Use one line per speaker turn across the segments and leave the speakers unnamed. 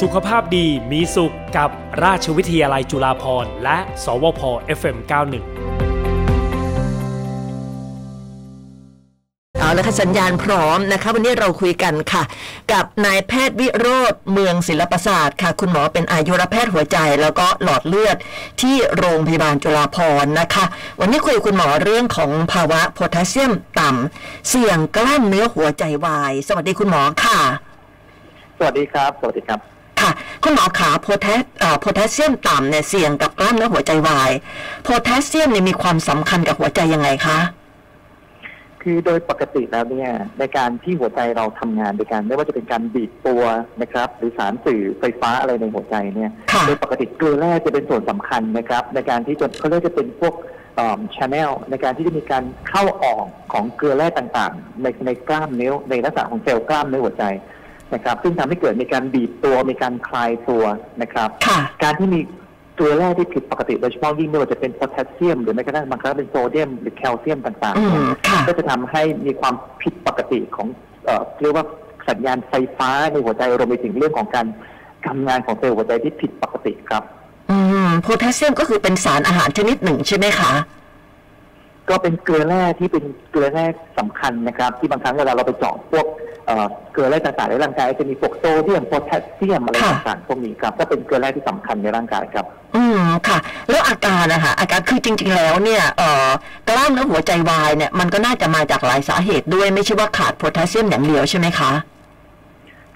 สุขภาพดีมีสุขกับราชวิทยาลัยจุฬาภรณ์และ สวพ FM91
เอาละค่ะสัญญาณพร้อมนะคะ วันนี้เราคุยกันค่ะ กับนายแพทย์วิโรธเมืองศิลปศาสตร์ค่ะ คุณหมอเป็นอายุรแพทย์หัวใจ แล้วก็หลอดเลือดที่โรงพยาบาลจุฬาภรณ์นะคะ วันนี้คุยกับคุณหมอเรื่องของภาวะโพแทสเซียมต่ำเสี่ยงกล้ามเนื้อหัวใจวาย สวัสดีคุณหมอค่ะ
สวัสดีครับ สวัสดีครับ
ค่ะ คุณหมอขาโพแทสเอ่อโพแทสเซียมต่ำเนี่ยเสี่ยงกับกล้ามเนื้อหัวใจวายโพแทสเซียมเนี่ยมีความสำคัญกับหัวใจยังไงคะ
คือโดยปกติแล้วเนี่ยในการที่หัวใจเราทำงานโดยการไม่ว่าจะเป็นการบีบตัวนะครับ หรือสารสื่อไฟฟ้าอะไรในหัวใจเนี่ย
ค่ะ
โดยปกติเกลือแร่จะเป็นส่วนสำคัญนะครับ ในการที่จะเขาเรียกจะเป็นพวกชแนลในการที่จะมีการเข้าออกของเกลือแร่ต่างๆ ในในกล้ามเนื้อในลักษณะของเซลล์กล้ามเนื้อหัวใจนะครับ ซึ่งทำให้เกิดมีการบีบตัวมีการคลายตัวนะครับ
ค่ะ
การที่มีเกลือแร่ที่ผิดปกติโดยเฉพาะยิ่งไม่ว่าจะเป็นโพแทสเซียมหรือแม้กระทั่งบางครั้งเป็นโซเดียม หรือแคลเซียมต่าง
อื
ๆเนี่
ม
ย
ค่ะ
ก็จะทำให้มีความผิดปกติของเอ่อเรียกว่าสัญญาณไฟฟ้าในหัวใจรวมไปถึงเรื่องของการทำงานของเซลล์หัวใจที่ผิดปกติครับ
อืมโพแทสเซียมก็คือเป็นสารอาหารชนิดหนึ่งใช่ไหมคะ
ก็เป็นเกลือแร่ที่เป็นเกลือแร่สำคัญนะครับ ที่บางครั้งเวลาเราไปเจาะพวกเอ่อเกลือแร่ต่างๆในร่างกายจะมีพวกโซเดียมโพแทสเซียมอะไร
ค่ะ
ต่างๆพวกนี้ครับก็เป็นเกลือแร่ที่สำคัญในร่างกายครับ
อืมค่ะ แล้วอาการนะคะอาการคือจริง ๆ แล้วเนี่ยเอ่อกล้ามเนื้อหัวใจวายเนี่ยมันก็น่าจะมาจากหลายสาเหตุด้วยไม่ใช่ว่าขาดโพแทสเซียมอย่างเดียวใช่ไหมคะ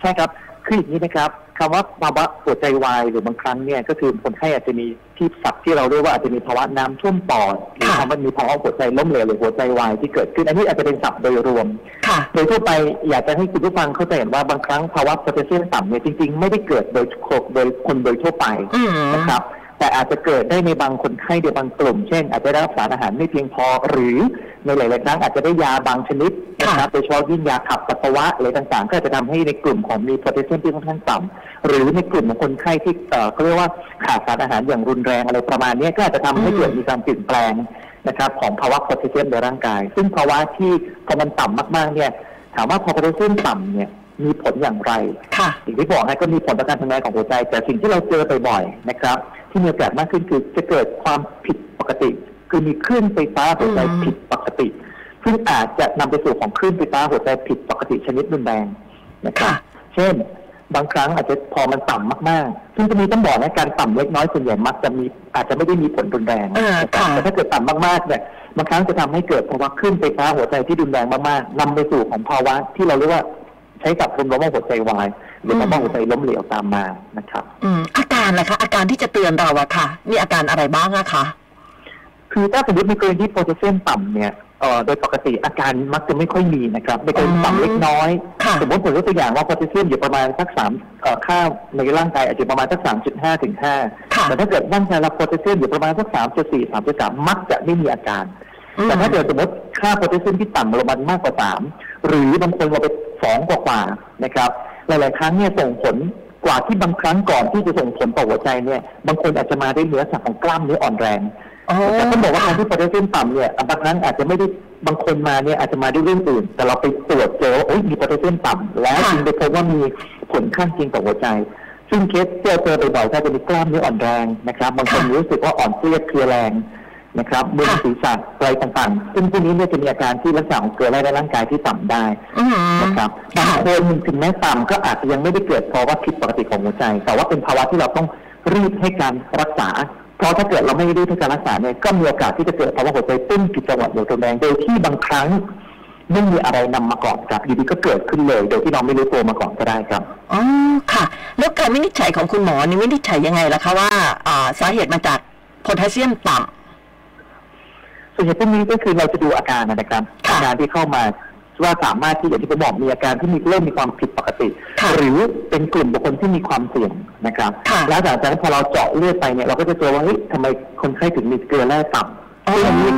ใช่ครับคืออย่างนี้นะครับคำว่าภาวะหัวใจวายหรือบางครั้งเนี่ยก็คือคนไข้อาจจะมีที่ศัพท์ที่เราเรียกว่าอาจจะมีภาวะน้ำท่วมปอดหรือ
ค่ะ
คำว่ามีภาวะหัวใจล้มเหลวหรือหัวใจวายที่เกิดขึ้น อันนี้อาจจะเป็นศัพท์โดยรวม
ค่ะ
โดยทั่วไปอยากจะให้คุณผู้ฟังเข้าใจเห็นว่าบางครั้งภาวะโพแทสเซียมต่ำเนี่ยจริงๆ ไม่ได้เกิดโดยโดยคนโดยทั่วไป
อืม
นะครับ แต่อาจจะเกิดได้ในบางคนไข้ในบางกลุ่ม เช่น อาจจะได้รับสารอาหารไม่เพียงพอ หรือในหลายๆครั้งอาจจะได้ยาบางชนิดนะครับโดยเฉพาะยิ่งยาขับปัสสาวะอะไรต่างๆ ก็อาจจะทำให้ในกลุ่มของมีโพแทสเซียมที่ค่อนข้างต่ำหรือในกลุ่มของคนไข้ที่เอ่อเขาเรียกว่าขาดสารอาหารอย่างรุนแรงอะไรประมาณเนี้ยก็อาจจะทำให้เกิดมีการเปลี่ยนแปลง นะครับของภาวะโพแทสเซียมในร่างกาย ซึ่งภาวะที่พอมันต่ำมากๆเนี่ยถามว่าพอโพแทสเซียมต่ำเนี่ยมีผลอย่างไร
ค่ะ
อย่างที่บอกนะก็มีผลต่อการทำงานของหัวใจ แต่สิ่งที่เราเจอบ่อยๆนะครับ ที่มีโอกาสมากขึ้นคือจะเกิดความผิดปกติ คือมีคลื่นไฟฟ้าหัวใจ
อืม
ผิดปกติ ซึ่งอาจจะนำไปสู่ของคลื่นไฟฟ้าหัวใจผิดปกติชนิดรุนแรงนะครั
ค่ะ
บ เช่น บางครั้งอาจจะพอมันต่ำมากๆ ซึ่งตรงนี้ต้องบอกนะการต่ำเล็กน้อยส่วนใหญ่มักจะมีอาจจะไม่ได้มีผลรุนแรง
เออ
นะครับ
ค่ะ
แต่ถ้าเกิดต่ำมากๆเนี่ยบางครั้งจะทำให้เกิดภาวะคลื่นไฟฟ้าหัวใจที่รุนแรงมากๆนำไปสู่ของภาวะที่เราเรียกว่าใช้กับรวมๆว่าหัวใจวาย หรือภาวะหัวใจล้มเหลวตามมานะครับ
อืมอาการล่ะคะ อาการที่จะเตือนเราอะค่ะ มีอาการอะไรบ้างอะคะ
คือถ้าสมมติมีกรณีที่โพแทสเซียมต่ำเนี่ยเอ่อโดยปกติอาการมักจะไม่ค่อยมีนะครับในกรณีต่ำเล็กน้อย
ค่ะ
สมมติผมยกตัวอย่างว่าโพแทสเซียมอยู่ประมาณสักสามเอ่อค่าในร่างกายอาจจะประมาณสักสามจุดห้าถึงห้า
ค่ะ
แต่ถ้าเกิดร่างกายเราโพแทสเซียมอยู่ประมาณสักสามจุดสี่สามจุดสามมักจะไม่มีอาการ
อืม
แต่ถ้าเกิดสมมติค่าโพแทสเซียมที่ต่ำลงมามากกว่าสามหรือบางคนลงไปสองกว่ากว่าๆนะครับ หลาย ๆ ครั้งเนี่ยส่งผลกว่าที่บางครั้งก่อนที่จะส่งผลต่อหัวใจเนี่ยบางคนอาจจะมาด้วยเนื้อสักของกล้ามเนื้ออ่อนแรง
โอ้
แต่ต้องบอกว่าการที่โพแทสเซียมต่ำเนี่ยบางครั้งอาจจะไม่ได้บางคนมาเนี่ยอาจจะมาด้วยเรื่องอื่น แต่เราไปตรวจเจอว่าโอ๊ยมีโพแทสเซียมต่ำแล้วจึงไปพบว่ามีผลข้างเคียงต่อหัวใจ ซึ่งเคสที่เราเจอบ่อยๆก็จะมีกล้ามเนื้ออ่อนแรงนะครับบางคนรู้สึกว่าอ่อนเพลียเพลียแรงนะครับมึนศีรษะอะไรต่างๆ ซึ่งพวกนี้เนี่ยจะมีอาการที่ลักษณะของเกลือแร่ในร่างกายที่ต่ำได้
อืม
นะครับบางคนถึงแม้ต่ำก็อาจจะยังไม่ได้เกิดภาวะผิดปกติของหัวใจ แต่ว่าเป็นภาวะที่เราต้องรีบให้การรักษา เพราะถ้าเกิดเราไม่รีบให้การรักษาเนี่ยก็มีโอกาสที่จะเกิดภาวะหัวใจเต้นผิดจังหวะโดยรุนแรงโดยที่บางครั้งไม่มีอะไรนำมาก่อนครับอยู่ดีก็เกิดขึ้นเลย โดยที่เราไม่รู้ตัวมาก่อนก็ได้ครับ
อ๋อค่ะ แล้วการวินิจฉัยของคุณหมอนี่วินิจฉัยยังไงล่ะคะว่าอ่าสาเหตุมาจากโพแทสเซียมต่ำ
ส่วนใหญ่พวกนี้ก็คือเราจะดูอาการนะครับ
ค่ะ
อาการที่เข้ามาว่าสามารถที่อย่างที่ผมบอกมีอาการที่มีเริ่มมีความผิดปกติ
ค่ะ
หรือเป็นกลุ่มบุคคลที่มีความเสี่ยงนะครับ
ค่ะ
แล้วหลังจากนั้นพอเราเจาะเลือดไปเนี่ยเราก็จะเจอว่าเฮ้ยทำไมคนไข้ถึงมีเกลือแร่ต่ำ
อ๋อ
ซึ่งอันนี้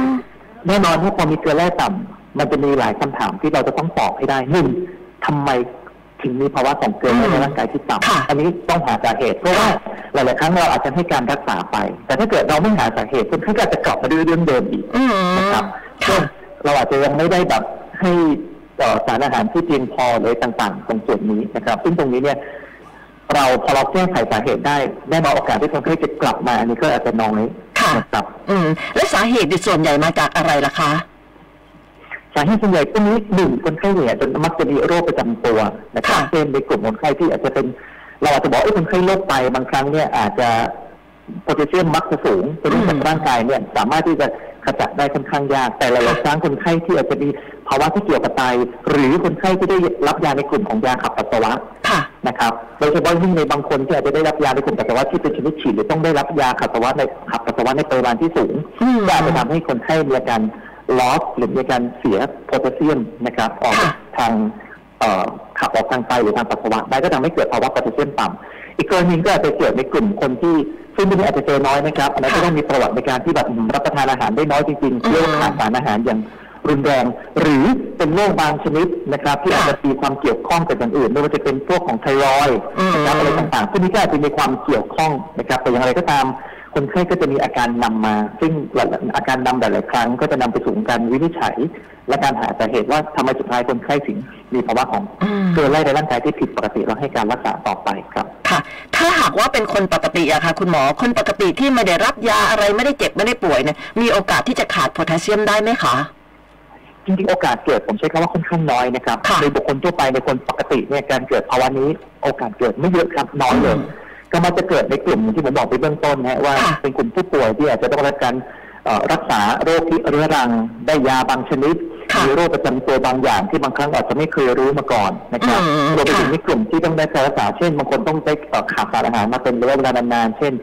แน่นอนว่าพอมีเกลือแร่ต่ำมันจะมีหลายคำถามที่เราจะต้องตอบให้ได้หนึ่งทำไมถึงมีภาวะของเกลือแร่ในร่างกายที่ต่
ค่ะ
ำอันนี้ต้องหาสาเหตุ เพราะว่าหลาย ๆ ครั้งเราอาจจะให้การรักษาไป แต่ถ้าเกิดเราไม่หาสาเหตุคนไข้ก็อาจจะกลับมาด้วยเรื่องเดิมอีก
อืม
นะครับเช่
ค่ะ
นเราอาจจะยังไม่ได้แบบให้เอ่อสารอาหารที่เพียงพอเลยต่างๆ ตรงส่วนนี้นะครับ ซึ่งตรงนี้เนี่ย เราพอเราแก้ไขสาเหตุได้แน่นอนโอกาสที่คนไข้จะกลับมาอันนี้ก็อาจจะน้อย
ค่ะ
นะครับ
อืม และสาเหตุเนี่ยส่วนใหญ่มาจากอะไรล่ะคะ
สาเหตุส่วนใหญ่พวกนี้หนึ่งคนไข้เนี่ยจะมักจะมีโรคประจำตัวนะครับ
ค่ะ
เช่นในกลุ่มคนไข้ที่อาจจะเป็น เราอาจจะบอกว่าคนไข้โรคไตบางครั้งเนี่ยอาจจะโพแทสเซียมมักจะสูงเป็นเรื่องขอ
อื
ง
ม
ร่างกายเนี่ยสามารถที่จะขจัดได้ค่อนข้างยาก แต่หลายๆครั้งคนไข้ที่อาจจะมีภาวะที่เกี่ยวกับไตหรือคนไข้ที่ได้รับยาในกลุ่มของยาขับปัสสาวะ
ค่ะ
นะครับโดยเฉพาะยิ่งในบางคนที่อาจจะได้รับยาในกลุ่มปัสสาวะที่เป็นชนิดฉีดหรือต้องได้รับยาขับปัสสาวะในขับปัสสาวะในปริมาณที่สูง
อืม
ก็อาจจะทำให้คนไข้มีอาการลอสหรือมีอาการเสียโพแทสเซียมนะครับออก
ค่ะ
ทางเอ่อขับออกทางไตหรือทางปัสสาวะได้ก็ทำให้เกิดภาวะโพแทสเซียมต่ำอีกกรณีก็อาจจะเกิดในกลุ่มคนที่ซึ่งพวกนี้อาจจะเจอน้อยนะครับอันนั้นก็ต้องมีประวัติในการที่แบบรับประทานอาหารได้น้อยจริงๆเรียกว่าขาดสารอาหารอย่างรุนแรง หรือเป็นโรคบางชนิดนะครับ ที่อาจจะมีความเกี่ยวข้องกับอย่างอื่นไม่ว่าจะเป็นพวกของไทรอยด์นะครับอะไรต่าง ต่างๆพวกนี้ก็อาจจะมีความเกี่ยวข้องนะครับ แต่อย่างไรก็ตาม คนไข้ก็จะมีอาการนำมา ซึ่งหลายๆอาการนำหลายๆครั้งก็จะนำไปสู่การวินิจฉัย และการหาสาเหตุว่าทำไมสุดท้ายคนไข้ถึงมีภาวะของ
อืม
เกลือไล่ในร่างกายที่ผิดปกติแล้วให้การรักษาต่อไปครับ
ค่ะ ถ้าหากว่าเป็นคนปกติอะค่ะ คุณหมอ คนปกติที่ไม่ได้รับยาอะไรไม่ได้เจ็บไม่ได้ป่วยเนี่ย มีโอกาสที่จะขาดโพแทสเซียมได้ไหมคะ
จริงๆโอกาสเกิดผมใช้คำว่าค่อนข้างน้อยนะครับ
ค่ะ
ในบุคคลทั่วไปในคนปกติเนี่ยการเกิดภาวะนี้โอกาสเกิดไม่เยอะครับน้อยเลยก็มันจะเกิดในกลุ่มที่ผมบอกไปเบื้องต้นนะฮะว่า
ค่ะ
เป็นกลุ่มผู้ป่วยที่อาจจะต้องรับการเอ่อรักษาโรคที่เรื้อรังได้ยาบางชนิด
ค่ะ
มีโรคประจำตัวบางอย่างที่บางครั้งอาจจะไม่เคยรู้มาก่อนนะครับ
อืม
รวมไปถึง
ค่ะ
ในกลุ่มที่ต้องได้การรักษาเช่นบางคนต้องได้เอ่อขาดสารอาหารมาเป็นระยะเวลานานๆเช่น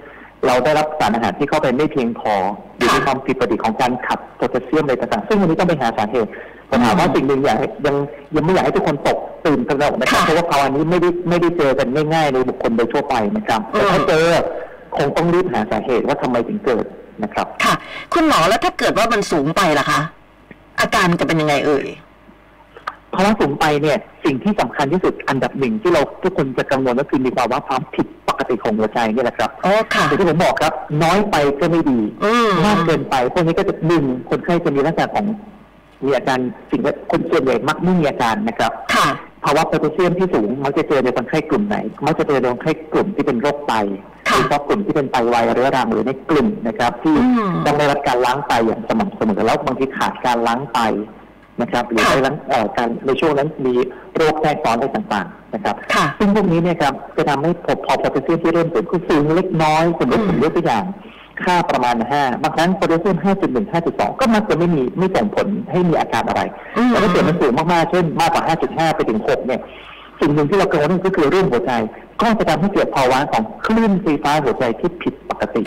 เราได้รับสารอาหารที่เข้าไปไม่เพียงพอหรือมีความผิดปกติของการขับโพแทสเซียมอะไรต่างๆซึ่งวันนี้ต้องไปหาสาเหตุผมถามว่าสิ่งหนึ่งอยากให้ยังยังไม่อยากให้ทุกคนตกตื่นตระหนกนะครับ
ค่ะ
เพราะว่าภาวะนี้ไม่ได้ไม่ได้เจอกันง่ายๆในบุคคลโดยทั่วไปนะครับแต่ถ้า
อืม
เจอคงต้องรีบหาสาเหตุว่าทำไมถึงเกิดนะครับ
ค่ะ คุณหมอแล้วถ้าเกิดว่ามันสูงไปล่ะคะ อาการจะเป็นยังไงเอ่ย
ภาวะสูงไปเนี่ยสิ่งที่สำคัญที่สุดอันดับหนึ่งที่เราทุกคนจะกังวลก็คือมีภาวะความผิดปกติของหัวใจเนี่ยแหละครับ
อ๋อค่ะ
แต่ที่ผมบอกครับ น้อยไปก็ไม่ดี
อืม
มากเกินไปพวกนี้ก็จะหนึ่งคนไข้จะมีลักษณะของมีอาการสิ่งที่คนส่วนใหญ่มักไม่มีอาการนะครับ
ค่ะ
ภาวะโพแทสเซียมที่สูงมักจะเจอในคนไข้กลุ่มไหนมักจะเจอในคนไข้กลุ่มที่เป็นโรคไต
ค่ะ
โดยเฉพาะกลุ่มที่เป็นไตวายเรื้อรังหรือในกลุ่มนะครับ ที่
อืม
ต้องได้รับการล้างไตอย่างสม่ำเสมอแล้วบางทีขาดการล้างไตนะครับ หรือ
ค่ะ
ได้รับเอ่อการในช่วงนั้นมีโรคแทรกซ้อนอะไรต่างๆนะครับ
ค่ะ
ซึ่งพวกนี้เนี่ยครับจะทำให้พอพอโพแทสเซียมที่เริ่มสูงก็สูงเล็กน้อยสมมติผมยกตัวอย่าง ค่าประมาณ 5 บางครั้งโพแทสเซียม 5.1 5.2 ก็มักจะไม่มีไม่ส่งผลให้มีอาการอะไร
อืม
แต่ถ้าเกิดมันสูงมาก ๆ เช่นมากกว่า 5.5 ไปถึง 6 เนี่ยสิ่งหนึ่งที่เรากังวลก็คือเรื่องหัวใจ ก็จะทำให้เกิดภาวะของคลื่นไฟฟ้าหัวใจที่ผิดปกติ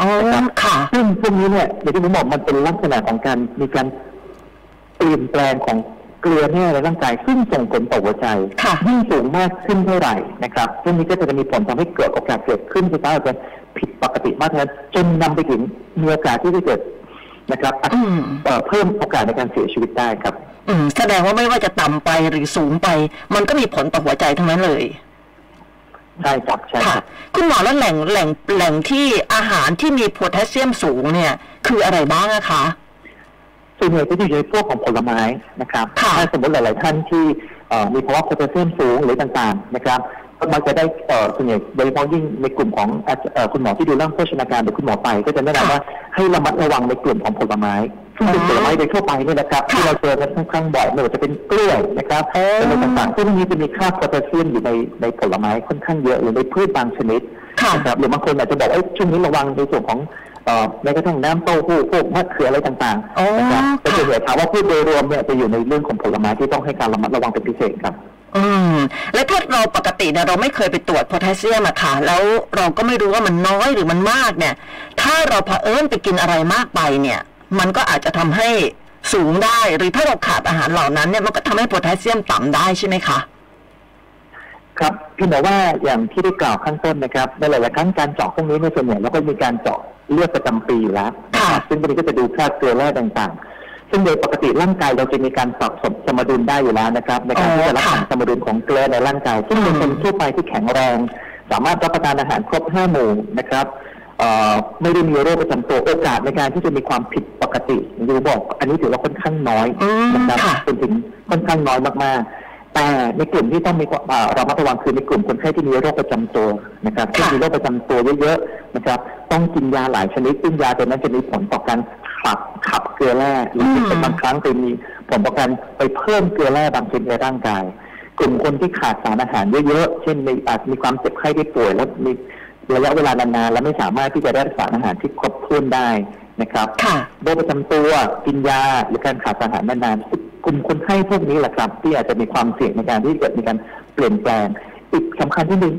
อ๋อ ค่ะ
ซึ่งพวกนี้เนี่ยอย่างที่ผมบอกมันเป็นลักษณะของการมีการเปลี่ยนแปลงของเกลือแร่ในร่างกายซึ่งส่งผลต่อหัวใจ
ค่ะ
ยิ่งสูงมากขึ้นเท่าไหร่นะครับพวกนี้ก็จะมีผลทำให้เกิดโอกาสเกิดขึ้นไฟฟ้าอาจจะผิดปกติมากเท่านั้นจนนำไปถึงมีโอกาสที่จะเกิดนะครับ
อืม
เอ่อเพิ่มโอกาสในการเสียชีวิตได้ครับ
อืม แสดงว่าไม่ว่าจะต่ำไปหรือสูงไป มันก็มีผลต่อหัวใจทั้งนั้นเลย
ใช่ครับใช่ค
ค่ะ
รับ
คุณหมอแล้วแหล่งแหล่งแหล่งที่อาหารที่มีโพแทสเซียมสูงเนี่ย คืออะไรบ้างอะคะ
ส่วนใหญ่ก็จะอยู่ในพวกของผลไม้นะครับ
ค่ะ
ถ้าสมมติหลาย ๆ ท่านที่เอ่อมีภาวะโพแทสเซียมสูงหรือต่าง ๆ นะครับก็มักจะได้เอ่อส่วนใหญ่โดยเฉพาะยิ่งในกลุ่มของอาจเอ่อคุณหมอที่ดูเรื่องโภชนาการหรือคุณหมอไป ก็จะแนะนำว่าให้ระมัดระวังในกลุ่มของผลไม้ซึ่งเป็น
อ๋อ
ผลไม้โดยทั่วไปเนี่ยนะครับที่เราเจอกันค่อนข้างบ่อยไม่ว่าจะเป็นกล้วยนะครับ
อ๋อ
เป็นอะไรต่างๆซึ่งพวกนี้จะมีค่าโพแทสเซียมอยู่ในในผลไม้ค่อนข้างเยอะหรือในพืชบางชนิด
ค่ะ
นะครับหรือบางคนอาจจะบอกว่าเอ้ยช่วงนี้ระวังในส่วนของเอ่อแม้กระทั่งน้ำเต้าหู้พวกมะเขืออะไรต่าง
อ๋อ
ๆนะครับ
ค่ะ
ก็จะเห็นถามว่าพูดโดยรวมเนี่ยจะอยู่ในเรื่องของผลไม้ที่ต้องให้การระมัดระวังเป็นพิเศษครับ
อืม และถ้าเราปกติเนี่ยเราไม่เคยไปตรวจโพแทสเซียมอะค่ะ แล้วเราก็ไม่รู้ว่ามันน้อยหรือมันมากเนี่ย ถ้าเราเผอิญไปกินอะไรมากไปเนี่ย มันก็อาจจะทำให้สูงได้ หรือถ้าเราขาดอาหารเหล่านั้นเนี่ยมันก็ทำให้โพแทสเซียมต่ำได้ใช่ไหมคะ
ครับพี่หมอว่าอย่างที่ได้กล่าวข้างต้นนะครับในหลายๆครั้งการเจาะพวกนี้ในยส่วนใหญ่เราก็มีการเจาะเลือดประจำปีอยู่แล้วนะ
ค่ะ
ซึ่งตรงนี้ก็จะดูค่าเกลือแร่ต่างๆ ซึ่งโดยปกติร่างกายเราจะมีการปรับสมสมดุลได้อยู่แล้วนะครับในการที่จะรักษา
อ๋อค่ะ
สมดุลของเกลือในร่างกาย ซึ่งเป็นคนทั่วไปที่แข็งแรง สามารถรับประทานอาหารครบห้าหมู่นะครับเอ่อไม่ได้มีโรคประจำตัวโอกาสในการที่จะมีความผิดปกติอย่างที่ผมบอก อันนี้ถือว่าค่อนข้างน้อย
อืม
นะครับ
ค่ะ
จนถึงค่อนข้างน้อยมากๆ แต่ในกลุ่มที่ต้องมีความอ่าระมัดระวังคือในกลุ่มคนไข้ที่มีโรคประจำตัวนะครับที่งมีโรคประจำตัวเยอะๆนะครับ ต้องกินยาหลายชนิดซึ่งยาตัวนั้นจะมีผลต่อการขับขับเกลือแร่หรือเป็นบางครั้งจะมีผลต่อการไปเพิ่มเกลือแร่บางชนิดในร่างกาย กลุ่มคนที่ขาดสารอาหารเยอะๆ เช่นมีอาจมีความเจ็บไข้ได้ป่วยแล้วมีระยะเวลานานๆแล้วไม่สามารถที่จะได้สารอาหารที่ครบถ้วนได้นะครับ
ค่ะ
โรคประจำตัวกินยาหรือการขาดสารอาหารนานๆกลุ่มคนไข้พวกนี้แหละครับ ที่อาจจะมีความเสี่ยงในการที่เกิดมีการเปลี่ยนแปลง อีกสำคัญที่หนึ่ง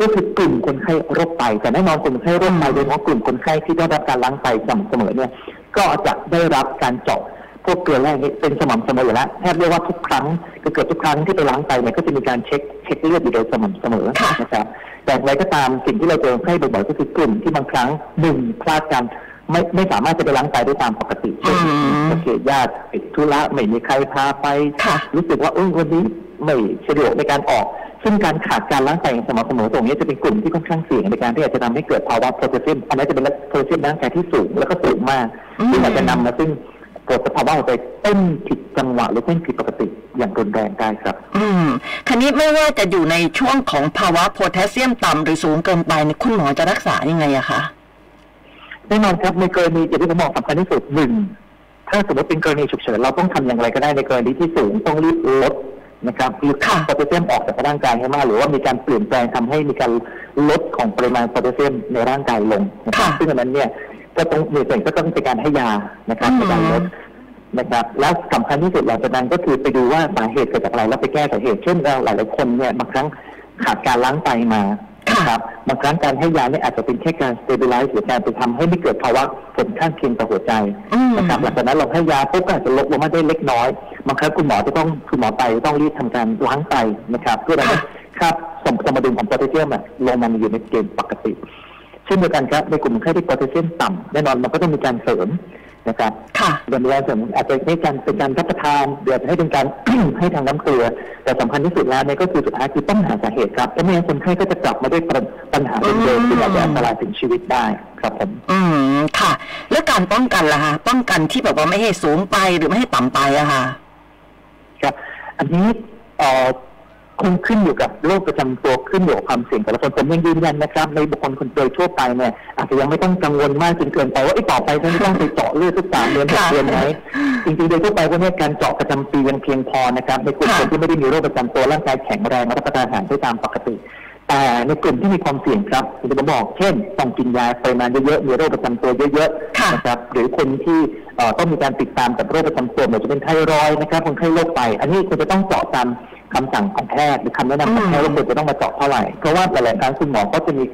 ก็คือกลุ่มคนไข้โรคไตแต่แน่นอนกลุ่มคนไข้โรคไตโดยเฉพาะกลุ่มคนไข้ที่ได้รับการล้างไตสม่ำเสมอเนี่ย ก็จะได้รับการเจาะพวกเกลือแร่นี่เป็นสม่ำเสมออยู่แล้วแทบเรียกว่าทุกครั้งก็เกือบทุกครั้งที่ไปล้างไตเนี่ยก็จะมีการเช็คเช็คเลือดอยู่โดยสม่ำเสมอ
ค่ะ
นะครับ แต่อะไรก็ตามสิ่งที่เราเจอไข้บ่อยๆก็คือกลุ่มที่บางครั้งหนึ่งพลาดกันไม่ไม่สามารถจะไปล้างไตได้ตามปกติ
อื
เช่น
ม
โอเคญาติติดธุระไม่มีใครพาไป
ค่ะ
รู้สึกว่าเออวันนี้ไม่สะดวกในการออก ซึ่งการขาดการล้างไตอย่างสม่ำเสมอตรงนี้จะเป็นกลุ่มที่ค่อนข้างเสี่ยงในการที่อาจจะทำให้เกิดภาวะโพแทสเซียมอันนี้นจะเป็นโพแทสเซียมในร่างกายที่สูงแล้วก็สูงมาก
อืม
ซึ่งอาจจะนำมาซึ่งปวดสภาวะหัวใจเต้นผิดจังหวะหรือเต้นผิดปกติอย่างรุนแรงได้ครับ
อืมคันนี้ไม่ว่าจะอยู่ในช่วงของภาวะโพแทสเซียมต่ำหรือสูงเกินไปเนี่ยคุณหมอจะรักษายังไงอะคะ
แน่นอนครับในกรณีอย่างที่ผมบอกสำคัญที่สุดหนึ่งถ้าสมมติเป็นกรณีฉุกเฉินเราต้องทำอย่างไรก็ได้ในกรณีที่สูงต้องรีบลดนะครับหรือขับ
ค่ะ
โพแทสเซียมออกจากร่างกายให้มากหรือว่ามีการเปลี่ยนแปลงทำให้มีการลดของปริมาณโพแทสเซียมในร่างกายลงนะครับซึ่งอันนั้นเนี่ยก็ต้องมีส่วนก็ต้องเป็นการให้ยานะครับในการลด นะครับแล้วสำคัญที่สุดหลังจากนั้นก็คือไปดูว่าสาเหตุเกิดจากอะไรแล้วไปแก้สาเหตุเช่นเราหลายๆคนเนี่ยบางครั้งขาดการล้างไตมานะครับบางครั้งการให้ยาเนี่ยอาจจะเป็นแค่การสเตเบลไลซ์หรือการไปทำให้ไม่เกิดภาวะผลข้างเคียงต่อหัวใจ
อืม
นะครับหลังจากนั้นเราให้ยาปุ๊บก็อาจจะลดลงมาได้เล็กน้อยบางครั้งคุณหมอจะต้องคุณหมอไตต้องรีบทำการล้างไตนะครับเพื่อให้
ค่ะ
ค่าสมสมดุลของโพแทสเซียมอะลงมาอยู่ในเกณฑ์ปกติ เช่นเดียวกันครับในกลุ่มคนไข้ที่โพแทสเซียมต่ำแน่นอนมันก็ต้องมีการเสริมนะครับ
ค่ะ
ดำเนินส่วนอาจจะให้การเป็นการรับประทานเดือดให้เป็นการ ให้ทางน้ำเกลือ แต่สำคัญที่สุดแล้วเนี่ยก็คือสุดท้ายคือต้องหาสาเหตุครับเพราะไม่งั้นคนไข้ก็จะกลับมาด้วยปัญปัญหาเดิมๆที่อาจจะอันตรายถึงชีวิตได้ครับผม
อืมค่ะ แล้วการป้องกันล่ะคะป้องกันที่แบบว่าไม่ให้สูงไปหรือไม่ให้ต่ำไปอะค่ะ
ครับอันนี้เอ่อคงขึ้นอยู่กับโรคประจำตัวขึ้นอยู่กับความเสี่ยงแต่ละคนผมยังยืนยันนะครับ ในบุคคลคนโดยทั่วไปเนี่ยอาจจะยังไม่ต้องกังวลมากจนเกินไปว่าไอ้ยต่อไปฉันจะต้องไปเจาะเลือดทุกสามเดือนหก
ค่ะ
เดือนไหมจริงๆโดยทั่วไปพวกเนี้การเจาะประจำปียังเพียงพอนะครับในกลุ่ม
ค่ะ
คนที่ไม่ได้มีโรคประจำตัวร่างกายแข็งแรงรับประทานอาหารได้ตามปกติ แต่ในกลุ่มที่มีความเสี่ยงครับผมจะบอกเช่นต้องกินยาปริมาณเยอะๆมีโรคประจำตัวเยอะๆ
ค่ะ
นะครับหรือคนที่เอ่อต้องมีการติดตามกับโรคประจำตัวเหมือนจะเป็นไทรอยด์นะครับคนไข้โรคไตอันนี้ควรจะต้องเจาะตามคำสั่งของแพทย์หรือคำแนะนำของแพทย์ว่าควรจะต้องมาเจาะเท่าไหร่เพราะว่าหลายๆครั้งคุณหมอก็จะมี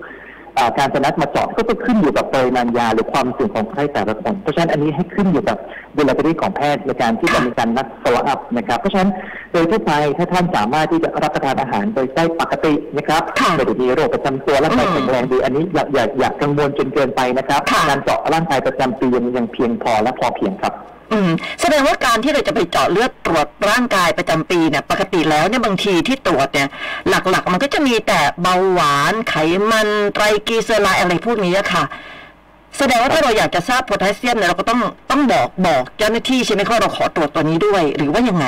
เอ่อการจะนัดมาเจาะก็จะขึ้นอยู่กับปริมาณยาหรือความเสี่ยงของคนไข้แต่ละคนเพราะฉะนั้นอันนี้ให้ขึ้นอยู่กับดุลยพินิจของแพทย์ในการที่จะมีการนัดสวอปนะครับเพราะฉะนั้นโดยทั่วไปถ้าท่านสามารถที่จะรับประทานอาหารโดยได้ปกตินะครับ
ค่ะ
ไม่ได้มีโรคประจำตัวและไตแข็งแรงดีอันนี้อย่าอย่าอย่ากังวลจนเกินไปนะครับ
ค่ะ
การเจาะร่างกายประจำปียังยังเพียงพอและพอเพียงครับ
อืมแสดงว่าการที่เราจะไปเจาะเลือดตรวจร่างกายประจำปีเนี่ยปกติแล้วเนี่ยบางทีที่ตรวจเนี่ย หลักๆ มันก็จะมีแต่เบาหวานไขมันไตรกลีเซอไรด์อะไรพวกนี้อะค่ะ แสดงว่าถ้าเราอยากจะทราบโพแทสเซียมเนี่ยเราก็ต้องต้องบอกบอกเจ้าหน้าที่ใช่ไหมคะว่าเราขอตรวจตัวนี้ด้วย หรือว่ายังไง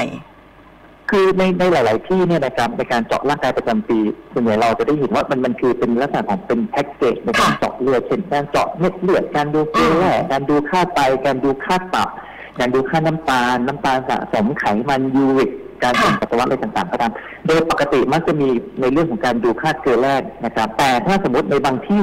คือในในหลาย ๆ ที่เนี่ยนะครับในการเจาะร่างกายประจำปีส่วนใหญ่เราจะได้เห็นว่ามันมันคือเป็นลักษณะของเป็นแพ็กเกจในการ
ค่ะ
เจาะเลือดเช่นการเจาะเม็ดเลือดการดูเกลือแร่การดูค่าไตการดูค่าตับการดูค่าน้ำตาล น้ำตาลสะสมไขมันยูริกการส่ง
ค่ะ
ปัสสาวะอะไรต่าง ๆ ก็ตามโดยปกติมักจะมีในเรื่องของการดูค่าเกลือแร่นะครับ แต่ถ้าสมมติในบางที่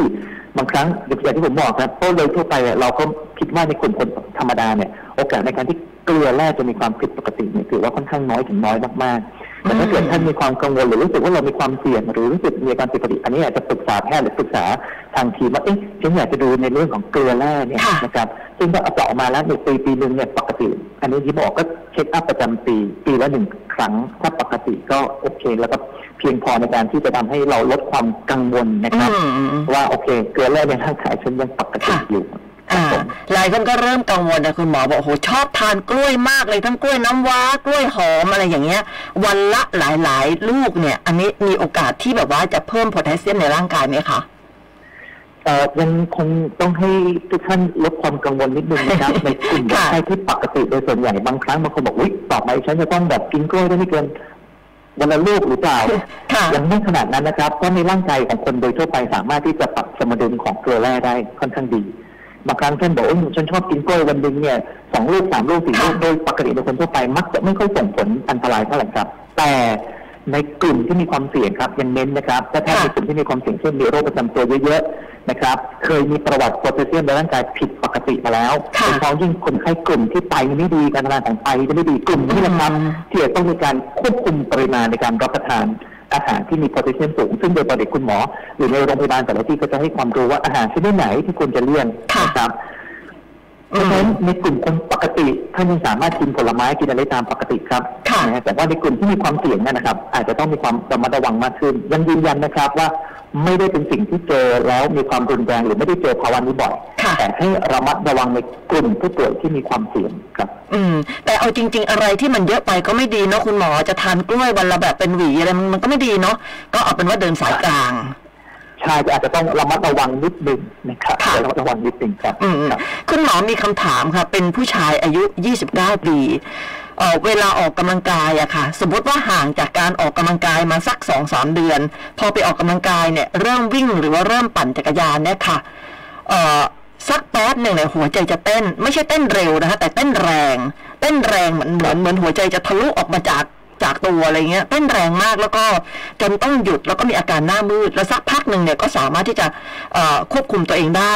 บางครั้งอย่างที่ผมบอกครับต้นเลยทั่วไปอะเราก็คิดว่าในกลุ่มคนธรรมดาเนี่ยโอกาสในการที่เกลือแร่จะมีความผิดปกติเนี่ยถือว่าค่อนข้างน้อยถึงน้อยมากๆ แต่ถ้าเกิดท่านมีความกังวลหรือรู้สึกว่าเรามีความเสี่ยงหรือรู้สึกมีอาการผิดปกติอันนี้อาจจะปรึกษาแพทย์หรือปรึกษาทางทีมว่าเอ๊ะฉันอยากจะดูในเรื่องของเกลือแร่เนี่ย
ค่ะ
นะครับซึ่งถ้าเอาเจาะออกมาแล้วในปีปีหนึ่งเนี่ยปกติ อันนี้ที่บอกก็เช็คอัพประจำปี ปีละหนึ่งครั้งถ้าปกติก็โอเค แล้วก็เพียงพอในการที่จะทำให้เราลดความกังวลนะครับ
อืม
ว่าโอเค เกลือแร่ในร่างกายฉันยังปกติอยู่ครับ
อ่า
ผม
หลายคนก็เริ่มกังวลนะคุณหมอบอกโอ้โหชอบทานกล้วยมากเลยทั้งกล้วยน้ำว้ากล้วยหอมอะไรอย่างเงี้ย วันละหลายๆ ลูกเนี่ย อันนี้มีโอกาสที่แบบว่าจะเพิ่มโพแทสเซียมในร่างกายไหมคะ
เอ่อยังคงต้องให้ทุกท่านลดความกังวลนิดนึง นะครับ ในกลุ่มคน
ค่ะ
ไข้ที่ปกติโดยส่วนใหญ่บางครั้งบางคนบอกวิต่อไปฉันจะต้องแบบกินกล้วยได้ไม่เกิน วันละลูกหรือเปล่า
ค่ะ
ยังไม่ขนาดนั้นนะครับเพราะในร่างกายของคนโดยทั่วไปสามารถที่จะปรับสมดุลของเกลือแร่ได้ค่อนข้างดี บางครั้งท่านบอกว่าฉันชอบกินกล้วยวันหนึ่งเนี่ยสองลูกสามลูกสี่ลูกโดยปกติโดยคนทั่วไปมักจะไม่ค่อยส่งผลอันตรายเท่าไหร่ครับ แต่ในกลุ่มที่มีความเสี่ยงครับยังเน้นนะครับถ้าท่าน
ค่ะ
ในกลุ่มที่มีความเสี่ยงเช่นมีโรคประจำตัวเยอะๆนะครับ เคยมีประวัติโพแทสเซียมในร่างกายผิดปกติมาแล้ว
ค่ะ
โดยเฉพาะยิ่งคนไข้กลุ่มที่ไตไม่ดีการทำงานของไตจะไม่ดีกลุ่มนี้นะครับ
อืม
ที่จะต้องมีการควบคุมปริมาณในการรับประทานอาหารที่มีโพแทสเซียมสูง ซึ่งโดยปกติคุณหมอ หรือในโรงพยาบาลแต่ละที่ก็จะให้ความรู้ว่าอาหารชนิดไหนที่ควรจะเลี่ยงนะครับ เพ
อื
ราะฉะ
ม
นั้นในกลุ่มคนปกติท่านยังสามารถกินผลไม้กินอะไรตามปกติครับ
ค่ะ
นะฮะแต่ว่าในกลุ่มที่มีความเสี่ยงเนั่นนะครับ อาจจะต้องมีความระมัดระวังมากขึ้น ยังยืนยันนะครับว่าไม่ได้เป็นสิ่งที่เจอแล้วมีความรุนแรงหรือไม่ได้เจอภาวะนี้บ่อย
ค่ะ
แต่ให้ระมัดระวังในกลุ่มผู้ป่วยที่มีความเสี่ยงครับ
อืม แต่เอาจริง ๆ อะไรที่มันเยอะไปก็ไม่ดีเนาะคุณหมอจะทานกล้วยวันละแบบเป็นหวีอะไรมันมันก็ไม่ดีเนาะก็เอาเป็นว่าเดินสายกลาง
ชายอาจจะต้องระมัดระวังนิดนึงนะครับ
ค่ะ
ระมัดระวังนิดนึงครับ
อืม
ครับ
ๆคุณหมอมีคำถามค่ะ เป็นผู้ชายอายุ 29 ปีเอ่อเวลาออกกำลังกายอะค่ะ สมมติว่าห่างจากการออกกำลังกายมาสักสองสามเดือน พอไปออกกำลังกายเนี่ยเริ่มวิ่งหรือว่าเริ่มปั่นจักรยานเนี่ยค่ะเอ่อสักแป๊บหนึ่งเนี่ยหัวใจจะเต้น ไม่ใช่เต้นเร็วนะคะแต่เต้นแรง เต้นแรงเหมือนเหมือนเหมือนหัวใจจะทะลุออกมาจากจากตัวอะไรเงี้ยเต้นแรงมากแล้วก็จนต้องหยุดแล้วก็มีอาการหน้ามืด แล้วสักพักหนึ่งเนี่ยก็สามารถที่จะเอ่อควบคุมตัวเองได้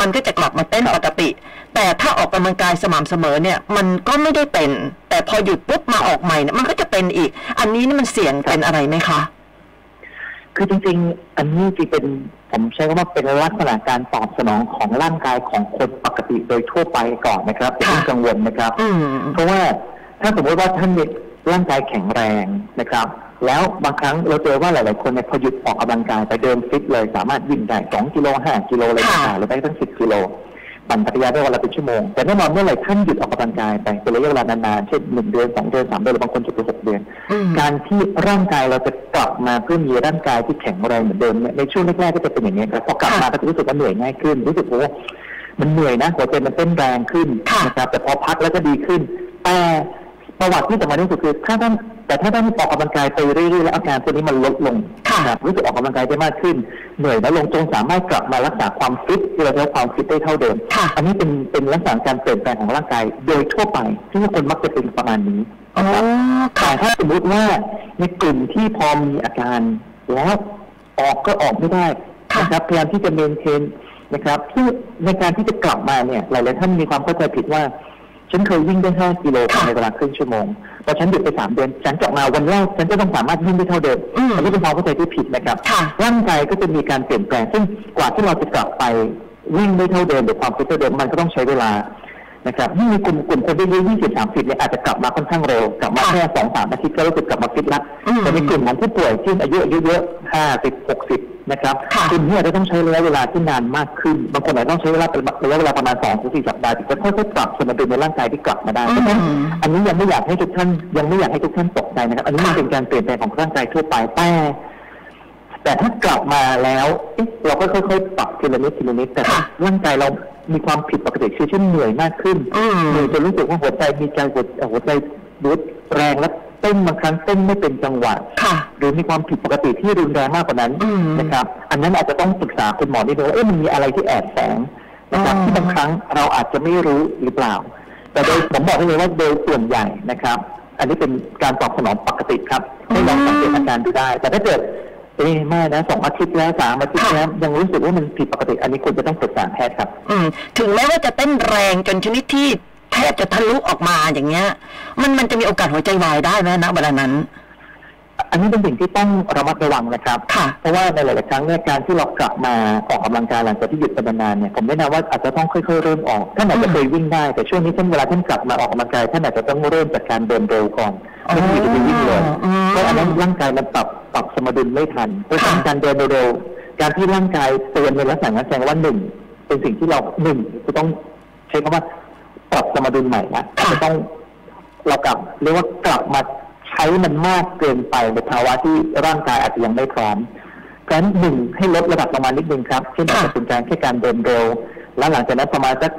มันก็จะกลับมาเต้นปกติ แต่ถ้าออกกำลังกายสม่ำเสมอเนี่ย มันก็ไม่ได้เป็น แต่พอหยุดปุ๊บมาออกใหม่เนี่ยมันก็จะเป็นอีก อันนี้นี่มันเสี่ยงเป็นอะไรไหมคะ
คือจริงๆ อันนี้จริงเป็นผมใช้คำว่าเป็นลักษณะการตอบสนองของร่างกายของคนปกติโดยทั่วไปก่อนนะครับอย่าเพิ่ง
ค่ะ
กังวลนะครับ
อืม
เพราะว่าถ้าสมมติว่าท่านมีร่างกายแข็งแรงนะครับ แล้วบางครั้งเราเจอว่าหลาย ๆ คนเนี่ยพอหยุดออกกำลังกายไปเดินฟิตเลย สามารถวิ่งได้สองกิโลห้ากิโลอะไร
ค่ะ
ต่างๆหรือไปตั้งสิบกิโลปั่นจักรยานได้วันละเป็นชั่วโมง แต่แน่นอนเมื่อไหร่ท่านหยุดออกกำลังกายไปเป็นระยะเวลานานๆเช่นหนึ่งเดือนสองเดือนสามเดือนหรือบางคนจนถึงหกเดือน
อืม
การที่ร่างกายเราจะกลับมาเพื่อมีร่างกายที่แข็งแรงเหมือนเดิมเนี่ยในช่วงแรกๆก็จะเป็นอย่างนี้ครับพอกลับมาก็จะรู้สึกว่าเหนื่อยง่ายขึ้นรู้สึกว่า มันเหนื่อยนะหัวใจมันเต้นแรงขึ้น
ค่ะ
นะครับแต่พอพักแล้วก็ดีขึ้น แต่ประวัติที่สำคัญที่สุดคือถ้าท่านแต่ถ้าท่านออกกำลังกายไปเรื่อยๆแล้วอาการตัวนี้มันลดลง
ค่ะ
นะครับรู้สึกออกกำลังกายได้มากขึ้น เหนื่อยน้อยลงจงสามารถกลับมารักษาความฟิตที่เราเรียกว่าความฟิตได้เท่าเดิม
ค่ะ
อันนี้เป็นเป็นลักษณะการเปลี่ยนแปลงของร่างกายโดยทั่วไปซึ่งคนมักจะเป็นประมาณนี้
อ๋อ
นะครับ แต่
ค่ะ
ถ้าสมมุติว่าในกลุ่มที่พอมีอาการ แล้วออกก็ออกไม่ได้
ค่ะ
นะครับพยายามที่จะเมนเทนนะครับที่ในการที่จะกลับมาเนี่ยหลายๆท่านมีความเข้าใจผิดว่า ฉันเคยวิ่งได้ 5 กิโล
ค่ะ
ในเวลาครึ่งชั่วโมงพอฉันหยุดไป 3 เดือน ฉันกลับมาวันแรกฉันจะต้องสามารถวิ่งได้เท่าเดิม
อืม
อันนี้เป็นความเข้าใจที่ผิดนะครับ
ค่ะ
ร่างกายก็จะมีการเปลี่ยนแปลงซึ่งกว่าที่เราจะกลับไปวิ่งได้เท่าเดิมหรือความฟิตเท่าเดิมมันก็ต้องใช้เวลา นะครับยิ่งมีกลุ่มกลุ่มคนได้เยอะยี่สิบสามสิบเนี่ยอาจจะกลับมาค่อนข้างเร็ว กลับมาแค่สองสามอาทิตย์ก็รู้สึกกลับมาฟิตละ
อืม
แต่ในกลุ่มของผู้ป่วยที่อายุเยอะๆห้าสิบหกสิบนะครับ
ค่ะ
กลุ่มนี้อาจจะต้องใช้ระยะเวลาที่นานมากขึ้น บางคนอาจจะต้องใช้เวลาเป็นระยะเวลาประมาณสองถึงสี่สัปดาห์ถึงจะค่อยๆปรับสมดุลในร่างกายที่กลับมาได้
อืม
เพราะฉะนั้นอันนี้ยังไม่อยากให้ทุกท่านยังไม่อยากให้ทุกท่านตกใจนะครับ อันนี้มัน
ค่ะ
เป็นการเปลี่ยนแปลงของร่างกายทั่วไปแต่ แต่ถ้ากลับมาแล้วเอ๊ะเราก็ค่อยๆปรับทีละนิดทีละนิดแต่ถ้า
ค่ะ
ร่างกายเรามีความผิดปกติคือเช่นเหนื่อยมากขึ้น
อืม
เหนื่อยจนรู้สึกว่าหัวใจมีใจหัวหัวใจรุดแรงและเต้นบางครั้งเต้นไม่เป็นจังหวะ
ค่ะ
หรือมีความผิดปกติที่รุนแรงมากกว่านั้น
อืม
นะครับ อันนั้นอาจจะต้องปรึกษาคุณหมอนิดนึงว่าเอ๊ะมันมีอะไรที่แอบแฝงนะครับ
อ๋อ
ที่บางครั้งเราอาจจะไม่รู้หรือเปล่า แต่โดยผมบอกได้เลยว่าโดยส่วนใหญ่นะครับ อันนี้เป็นการตอบสนองปกติครับให้ลองสังเกตอาการดูได้ แต่ถ้าเกิดเอ๊ะไม่นะสองอาทิตย์แล้วสามอาทิตย์
ค่ะ
แล้วยังรู้สึกว่ามันผิดปกติ อันนี้ควรจะต้องปรึกษาแพทย์ครับ
อืม ถึงแม้ว่าจะเต้นแรงจนชนิดที่แทบจะทะลุออกมาอย่างเงี้ย มันมันจะมีโอกาสหัวใจวายได้ไหมนะเวลานั้น
อันนี้เป็นสิ่งที่ต้องระมัดระวังนะครับ
ค่ะ
เพราะว่าในหลาย ๆ ครั้งเนี่ยการที่เรากลับมาออกกำลังกายหลังจากที่หยุดไปนานๆเนี่ยผมแนะนำว่าอาจจะต้องค่อย ๆ เริ่มออกท่านอาจจะเคยวิ่งได้แต่ช่วงนี้ท่านเวลาท่านกลับมาออกกำลังกายท่านอาจจะต้องเริ่มจากการเดินเร็วก่อน
อ๋อ
ไม่ใช่อยู่ดีๆวิ่งเลย
อืม
เพราะอันนั้นร่างกายมันปรับปรับสมดุลไม่ทันเพราะฉะนั้น
ค่ะ
การเดินเร็วๆการที่ร่างกายเตือนในลักษณะนั้นแสดงว่าหนึ่งเป็นสิ่งที่เราหนึ่งจะต้องใช้คำว่าปรับสมดุลใหม่ละอาจ
ค่ะ
จะต้อง เรากลับเรียกว่ากลับมาใช้มันมากเกินไปในภาวะที่ร่างกายอาจจะยังไม่พร้อมเพราะฉะนั้นหนึ่งให้ลดระดับประมาณนิดนึงครับเช่นอาจ
ค่ะ
จะเป็นการแค่การเดินเร็ว แล้วหลังจากนั้นประมาณสัก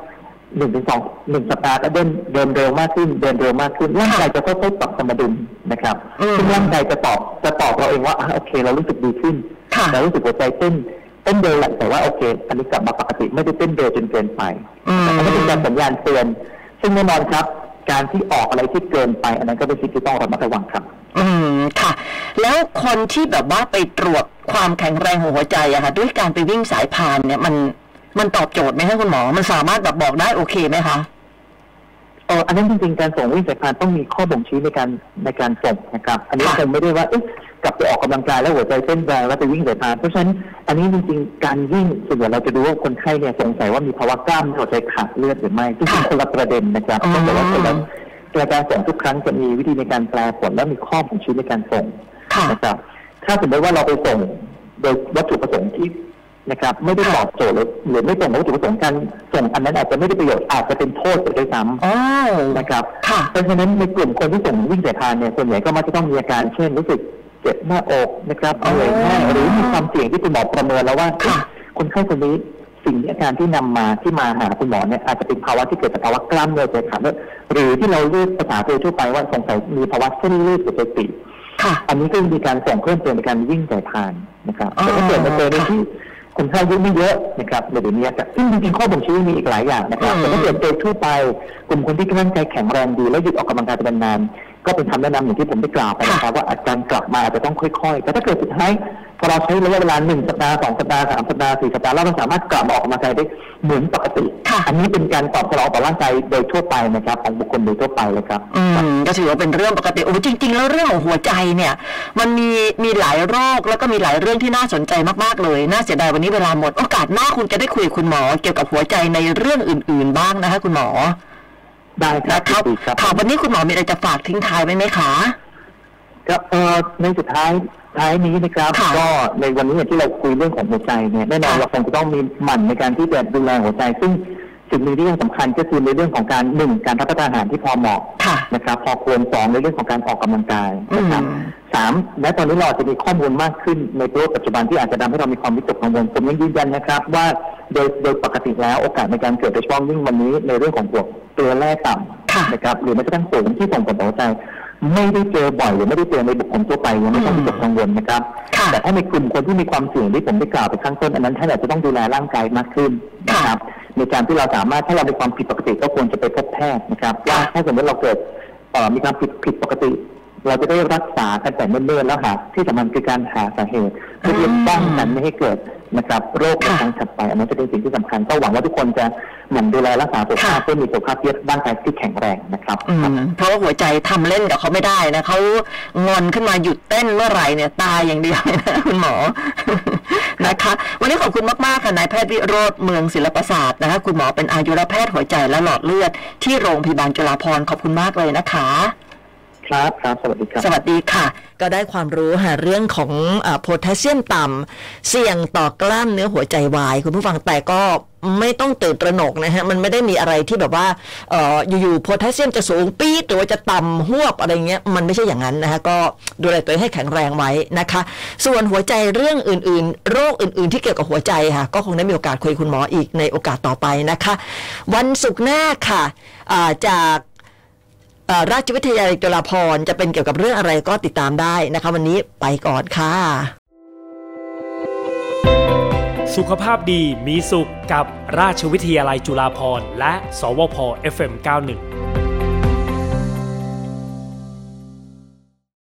หนึ่งถึงสองหนึ่งสัปดาห์ก็เดินเดินเร็วมากขึ้นเดินเร็วมากขึ้นร่างกายจะค่อยๆปรับสมดุลนะครับ
อืม
ซึ่งร่างกายจะตอบจะตอบเราเองว่าอ่ะโอเค เรารู้สึกดีขึ้น
ค่ะ
เรารู้สึกหัวใจเต้นเต้นเร็วแหละแต่ว่าโอเค อันนี้กลับมาปกติไม่ได้เต้นเร็วจนเกินไป
อืม
มันก็เป็นการสัญญาณเตือน ซึ่งแน่นอนครับ การที่ออกอะไรที่เกินไป อันนั้นก็เป็นสิ่งที่ต้องระมัดระวังครับ
อืมค่ะ แล้วคนที่แบบว่าไปตรวจความแข็งแรงของหัวใจอะค่ะด้วยการไปวิ่งสายพานเนี่ยมันมันตอบโจทย์ไหมคะคุณหมอ มันสามารถแบบบอกได้โอเคไหมคะ
เอออันนั้นจริงๆ การส่งวิ่งสายพานต้องมีข้อบ่งชี้ในการในการส่งนะครับ อันนี้
ค่ะ
คงไม่ได้ว่าเอ๊ะกลับไปออกกำลังกายแล้วหัวใจเต้นแรงแล้วไปวิ่งสายพาน เพราะฉะนั้นอันนี้จริงๆ การวิ่งส่วนใหญ่เราจะดูว่าคนไข้เนี่ยสงสัยว่ามีภาวะกล้ามเนื้อหัวใจขาดเลือดหรือไม่ซึ่งเป็น
ค่ะ
คนละประเด็นนะครับ
อืม
แต่ว่าคนละแต่การส่งทุกครั้งจะมีวิธีในการแปลผลและมีข้อบ่งชี้ในการส่ง
ค่ะ
นะครับถ้าสมมติว่าเราไปส่งโดยวัตถุประสงค์ที่นะครับ ไม่ได้ตอบโจทย์หรือหรือไม่ตรงกับวัตถุประสงค์การส่งอันนั้นอาจจะไม่ได้ประโยชน์อาจจะเป็นโทษไปด้วยซ้
โอ้
ำนะครับ
ค่ะ
เพราะฉะนั้นในกลุ่มคนที่ส่งวิ่งสายพานเนี่ยส่วนใหญ่ก็มักจะต้องมีอาการเช่นรู้สึกเจ็บหน้าอกนะครับ
อ๋อ
เหนื่อยง่ายหรือมีความเสี่ยงที่คุณหมอประเมินแล้วว่า
ค่ะ
คนไข้คนนี้สิ่งที่อาการที่นำมาที่มาหาคุณหมอเนี่ยอาจจะเป็นภาวะที่เกิดจากภาวะกล้ามเนื้อหัวใจขาดเลือดหรือที่เราเรียกภาษาโดยทั่วไปว่าสงสัยมีภาวะเส้นเลือดหัวใจตีบ
ค่ะ
อันนี้ก็มีการส่งเพิ่มเติมในการวิ่งสายพานนะครับ
อ๋อ
แต่ถ้าเกิดมาเจอในที่คนไข้อายุไม่เยอะนะครับในเดี๋ยวนี้ครับซึ่งจริงๆข้อบ่งชี้มีอีกหลายอย่างนะครับแต่ถ้าเกิดเจอทั่วไปกลุ่มคนที่ร่างกายแข็งแรงดี และหยุดออกกำลังกายเป็นนานๆก็เป็นคำแนะนำอย่างที่ผมได้กล่าวไปนะครับว่าอาการกลับมาอาจจะต้องค่อยๆ แต่ถ้าเกิดสุดท้ายพอเราใช้ระยะเวลาหนึ่งสัปดาห์สองสัปดาห์สามสัปดาห์สี่สัปดาห์แล้วเราสามารถกลับมาออกกำลังกายได้เหมือนปกติ
ค่ะ
อันนี้เป็นการตอบสนองต่อร่างกายโดยทั่วไปนะครับของบุคคลโดยทั่วไปเลยครับ
อืมก็ถือว่าเป็นเรื่องปกติโอ้จริง ๆ แล้วเรื่องของหัวใจเนี่ย มันมีมีหลายโรคแล้วก็มีหลายเรื่องที่น่าสนใจมากๆเลยน่าเสียดายวันนี้เวลาหมดโอกาสหน้าคุณจะได้คุยกับคุณหมอ เกี่ยวกับหัวใจในเรื่องอื่น ๆ บ้างนะคะคุณหมอ
ได้ครั
นะ
บ
ค
ยิ
รับ
นดีครับ
ค่ะวันนี้คุณหมอมีอะไรจะฝากทิ้งท้ายไว้ไหมคะ
ครับเอ่อในสุดท้ายท้ายนี้นะครับ
ค่ะ
ก็ในวันนี้เนี่ยที่เราคุยเรื่องของหัวใจเนี่ยแน่นอน
ค่ะ
เราคงจะต้องมีหมั่นในการที่จะดูแลหัวใจ ซึ่งสิ่งหนึ่งที่สำคัญก็คือในเรื่องของการหนึ่งการรับประทานอาหารที่พอเหมาะ
ค่ะ
นะครับ พอควรสองในเรื่องของการออกกำลังกายนะครับ
อืม
สามและตอนนี้เราอาจจะมีข้อมูลมากขึ้นในโลกปัจจุบันที่อาจจะทำให้เรามีความวิตกกังวลผมยังยืนยันนะครับ ว่าโดยโดยปกติแล้วโอกาสในการเกิดโดยเฉพาะยิ่งวันนี้ในเรื่องของพวกตัวแร่ต่
ค่ะ
ำนะครับหรือแม้กระทั่งสูงที่ส่งผลต่อหัวใจ ไม่ได้เจอบ่อยหรือไม่ได้เจอในบุคคลทั่วไปยังไม่ต้องวิตกกังวลนะครับ
ค่ะ
แต่ถ้าในกลุ่มคนที่มีความเสี่ยงที่ผมได้กล่าวไปข้างต้นอันนั้นท่านอาจจะต้องดูแลร่างกายมากขึ้นนะครับในการที่เราสามารถถ้าเรามีความผิดปกติก็ควรจะไปพบแพทย์นะครับว่าถ้าสมมติเราเกิดเอ่อมีความผิดผิดปกติ เราจะได้รักษากันแต่เนิ่นๆแล้วหาที่สำคัญคือการหาสาเหตุเพื่อที่จะป้องกันไม่ให้เกิดนะครับโรคใน
ค่ะ
ครั้งถัดไป อันนั้นจะเป็นสิ่งที่สำคัญก็หวังว่าทุกคนจะหมั่นดูแลรักษาสุขภาพ
ค่ะ
เพื่อมีสุขภาพที่ร่างกายที่แข็งแรงนะครับ
อืมเพราะว่าหัวใจทำเล่นกับเขาไม่ได้นะเขางอนขึ้นมาหยุดเต้นเมื่อไหร่เนี่ยตายอย่างเดียวเลยนะคุณหมอ นะคะ วันนี้ขอบคุณมากๆค่ะนายแพทย์วิโรธเมืองศิลปศาสตร์นะคะคุณหมอเป็นอายุรแพทย์หัวใจและหลอดเลือด ที่โรงพยาบาลจุฬาภรณ์ขอบคุณมากเลยนะคะ
ครับครับสวัสดีครับ
สวัสดีค่ะ ก็ได้ความรู้ค่ะเรื่องของโพแทสเซียมต่ำเสี่ยงต่อกล้ามเนื้อหัวใจวาย คุณผู้ฟังแต่ก็ไม่ต้องตื่นตระหนกนะฮะ มันไม่ได้มีอะไรที่แบบว่าเอออยู่ๆโพแทสเซียมจะสูงปี๊ดหรือว่าจะต่ำหวบอะไรเงี้ยมันไม่ใช่อย่างนั้นนะคะก็ดูแลตัวเองให้แข็งแรงไว้นะคะ ส่วนหัวใจเรื่องอื่น ๆ โรคอื่น ๆ ที่เกี่ยวกับหัวใจค่ะ ก็คงได้มีโอกาสคุยกับคุณหมออีกในโอกาสต่อไปนะคะ วันศุกร์หน้าค่ะอ่าจาก เอ่อราชวิทยาลัยจุฬาภรณ์จะเป็นเกี่ยวกับเรื่องอะไรก็ติดตามได้นะคะ วันนี้ไปก่อนค่ะ
สุขภาพดีมีสุขกับราชวิทยาลัยจุฬาภรณ์และ สวพ FM91